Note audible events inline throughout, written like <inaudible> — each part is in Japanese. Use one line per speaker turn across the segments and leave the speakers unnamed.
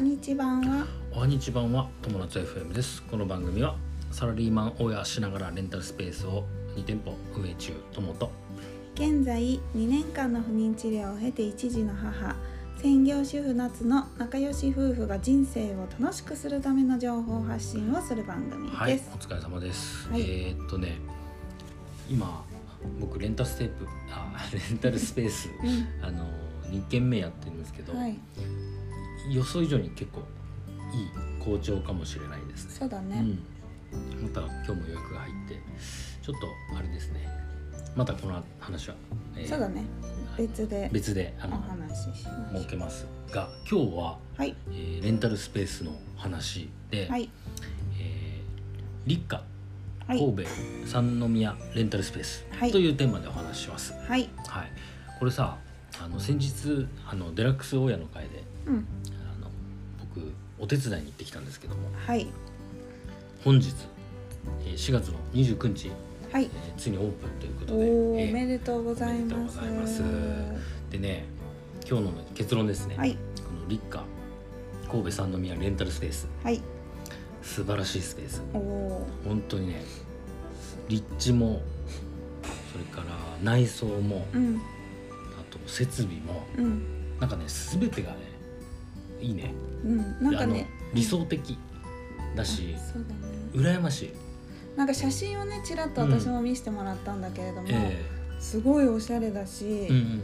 日版は
おはにちばんは友達 FM ですこの番組はサラリーマン親しながらレンタルスペースを2店舗運営中友と
現在2年間の不妊治療を経て一児の母専業主婦夏の仲良し夫婦が人生を楽しくするための情報発信をする番組
はい
です
お。疲れ様です、
はい
えーっとね今僕レンタルステープあ <laughs> レンタルスペース
うん
あの2軒目やってるんですけど、
はい、
予想以上に結構いい好調かもしれないですね
そうだね。
うん、また今日も予約が入ってちょっとあれですねまたこの話は、えー
そうだね。別で
別であ
お
の
話ししましょ
設けますが今日は、
う。はい、
えーレンタルスペースの話で、
はい、
えー立夏
はい、
神戸三宮レンタルスペース
はい
というテーマでお話しします。はい、
はい、
これさあの先日あのデラックス大家の会で
うん、
あの僕お手伝いに行ってきたんですけども
はい、
本日えー4月の29日
はい
え。ーついにオープンということで、
お
え
ー
ー
おめでとうございま
おめでとうご
す
ざい。でね今日の結論ですね、
はい、
この立夏神戸三宮レンタルスペース
はい、
素晴らしいスペース
おお
本当にね立地もそれから内装も
ー、うん、
あと設備も
うん、
なんかね全てがねいいね
うん、なんか
で
ね
あの理想的だし
あそうだね。
羨ましい、
なんか写真をねちらっと私も見せてもらったんだけれども、
え
すごいおしゃれだし
え、うん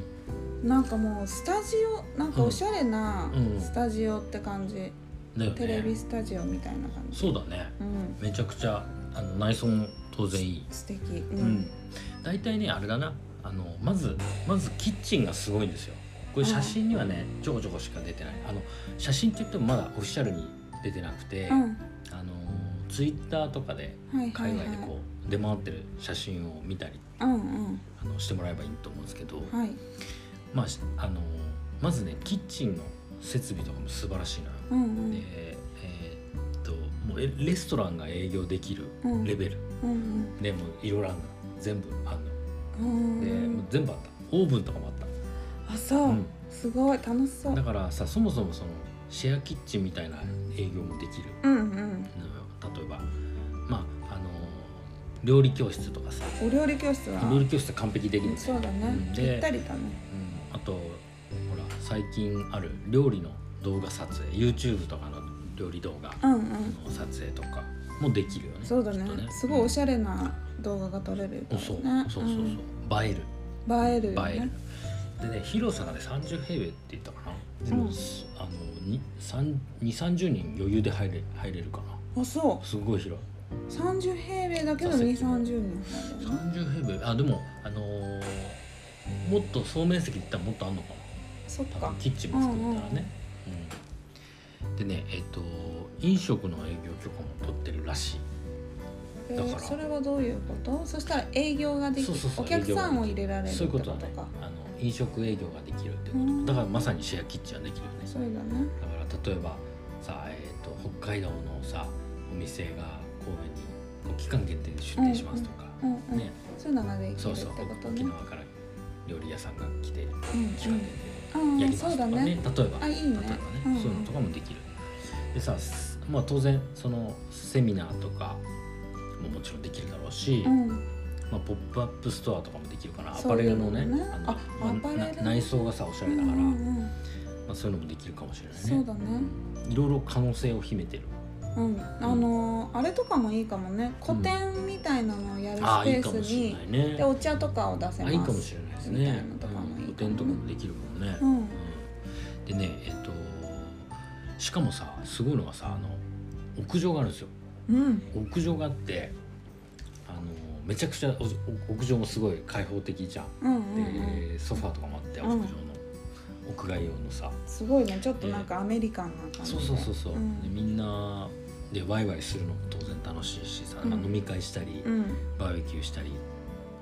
なんかもうスタジオなんかおしゃれな
うん
スタジオって感じ、
うんだよね
テレビスタジオみたいな感じ
そうだね
うん
めちゃくちゃあの内装も当然いい
素敵う
うん
ん、
大体ねあれだなあのまずまずキッチンがすごいんですよこれ写真にはねちょこちょこしか出てないあの写真って言ってもまだオフィシャルに出てなくて、
うん、
あのツイッターとかで
はいは
海
い
外で
は
こう出回ってる写真を見たり
いうん
あのしてもらえばいいと思うんですけど、
うんはい
まあしあのまずねキッチンの設備とかも素晴らしいな、
うん
でえーっともうえレストランが営業できる
うんうん
レベル、
うん
でもういろいろあるの全部あるの
うん
で、
う
もうん全部あったオーブンとかもあった
あそう、
うん
すごい楽しそう
だからさそもそもそのシェアキッチンみたいな営業もできる
うんうん
のよ例えばまああの料理教室とかさ
お料理教室は
料理教室は完璧できるんです
そ
よ
うだ
う
ね
ん
ぴっ
で
たりだね
うんあとほら最近ある料理の動画撮影 YouTube とかの料理動画
うんうん
の撮影とかもできるよね
そうだ
き
ね
っと
すごいお
ゃ
しゃれな動画が撮れるよね、
そうそうそうそう映える
うん映えるよ
映え
ね
るでね広さがね30平米って言ったかなでも、
うん
あのに3 2 3 0人余裕で入れ入れるかな
あそ
すごい広い
うん30平米だけど
座
2
席も
三3 0人入るよね
30平米あでもあのーもっと総面積って言ったらもっとあんのかな
そっ
多
か
分キッチンも作ったらね、うんでねえっ、と飲食の営業許可も取ってるらしい
え
だ
ー
から
それはどういうことそしたら営業ができ
そうそうそう
お客さんを入れられるって
そういう
こ
こととだね
か
あの飲食営業ができるって
う
こと
ん
だからまさにシェアキッチンはできるよね
そうだね
だから例えばさ、えー、と北海道のさお店が神戸にこう期間限定で出店しますとか、
うんうん、
ね
そういうのができる
そう
って
そう
ことね
沖縄から料理屋さんが来て
うんうん
期間限
あ
定でや
ー
りま
そ
す
う
とか
だね
ね,、例えば
あいいね
例えばね、
うんうん
そういうのとかもできるでさ、すまあ、当然そのセミナーとかももちろんできるだろうし、
うん
まあ、ポップアップストアとかもできるかなア
そ
パ
うい
レ
う
ル
の
の
ね
ね
あ
ま
アパレル
な内装がさおしゃれだから、
うん
ま
うんうん
あ、そういうのもできるかもしれないね
そうだね
いろいろ可能性を秘めてる
うんあのーあれとかもいいかもね個展みたいなのをやる
ああいい
ス
か
ペ
も
ース
しれ
に
ないね
でお茶とかを出せま
あ
す
いいかもしれないです
みたいな
ね
のとかもいいかもね
うん、個展とかもできるもんね、
うん
でねえっ、としかもさすごいのがさあの屋上があるんですよ
うん
屋上があってあのめちゃくちゃおお屋上もすごい開放的じゃん、
うんうんうん
でソファーとかもあって屋
うん
上の、屋外用のさ
すごいねちょっとなんかアメリカンな感じで
そうそうそうそう、
ん
でみんなでワイワイするのも当然楽しいしさ、まあ
うん
飲み会したり、
うん
バーベキューしたり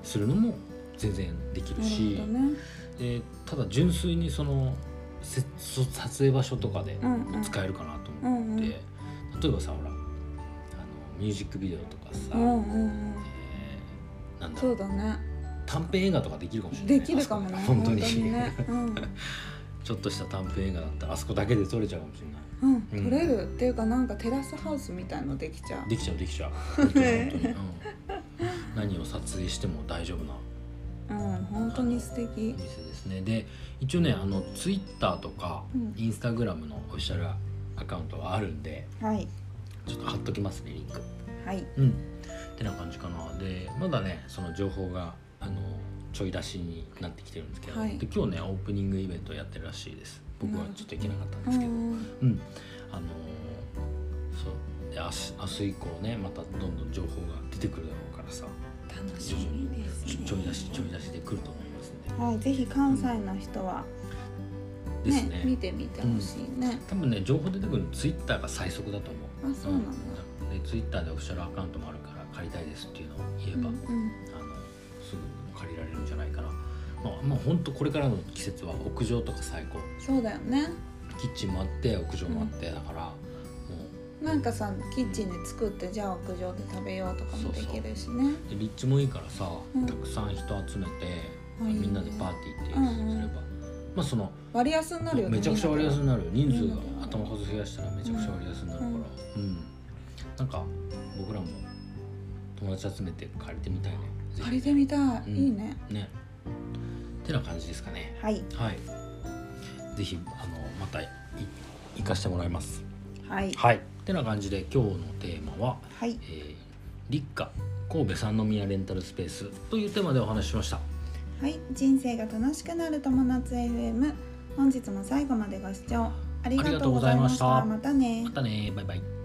するのも全然できる
なる
し
ほどね
でただ純粋にそのせそ撮影場所とかで
うんうん
使えるかなと
う
思っ
ん
て、
うん
例えばさほらあのミュージックビデオとかさ、
うんうんうん
えーなんだ
そ
ろ
ううだね
短編映画とかできるかもしれないね、
できるかもね
あそこで本当に
ね、うん、
<laughs> ちょっとした短編映画だったらあそこだけで撮れちゃうかもしれない
うん、
うん
取れるっていうかなんかテラスハウスみたいのできちゃう
できちゃうできちゃう本当に本当に、うん、何を撮影しても大丈夫な
うん本当に素敵
お店ですねで一応ねあのツイッターとか
うん
インスタグラムのオフィシャルアカウントがあるんで
はい
ちょっと貼っときますねリンク
はい
うんってな感じかなでまだねその情報があのちょい出しになってきてるんですけど、
はい
で今日ねオープニングイベントやってるらしいです僕はちょっと行けなかったんですけど、
うん
うん、あのーそうで明日明日以降ねまたどんどん情報が出てくるだろうからさ
楽しみです
ちょ
ね
ちょい出しちょい出しで来ると思いますん
はいぜひ関西の人は
でです
ね
ね
見てみてほしいね、
多分ね情報出てくるのツイッターが最速だと思う
あそうなんだ、
うんでツイッターでオフィシャルアカウントもあるから借りたいですっていうのを言え
うん
ば、あのすぐ借りられるんじゃないかなまあまあほんとこれからの季節は屋上とか最高
そうだよね
キッチンもあって屋上もあって、だからもう
なんかさキッチンで作ってじゃあ屋上で食べようとかもできるしね
で立地もいいからさ、
うん
たくさん人集めて、
あいいね
みんなでパーティーっていうのをすれば、
うんうん
まあその、
割安になるよね
めちゃくちゃ割安になる人数が
みんなで
頭数増やしたらめちゃくちゃ割安になるからうん、なんか僕らも友達集めて借りてみたいね
借りてみたい、
うん
いいね
ねってな感じですかね
はい
はいぜひあのまたい行かしてもらいます
はい
はいってな感じで今日のテーマは「
はい
えー、立夏神戸三宮レンタルスペースというテーマでお話ししました
はい、人生が楽しくなる友達 FM 本日も最後までご視聴ありがとうございました
ありがとうございま
またね
したまたねバイバイ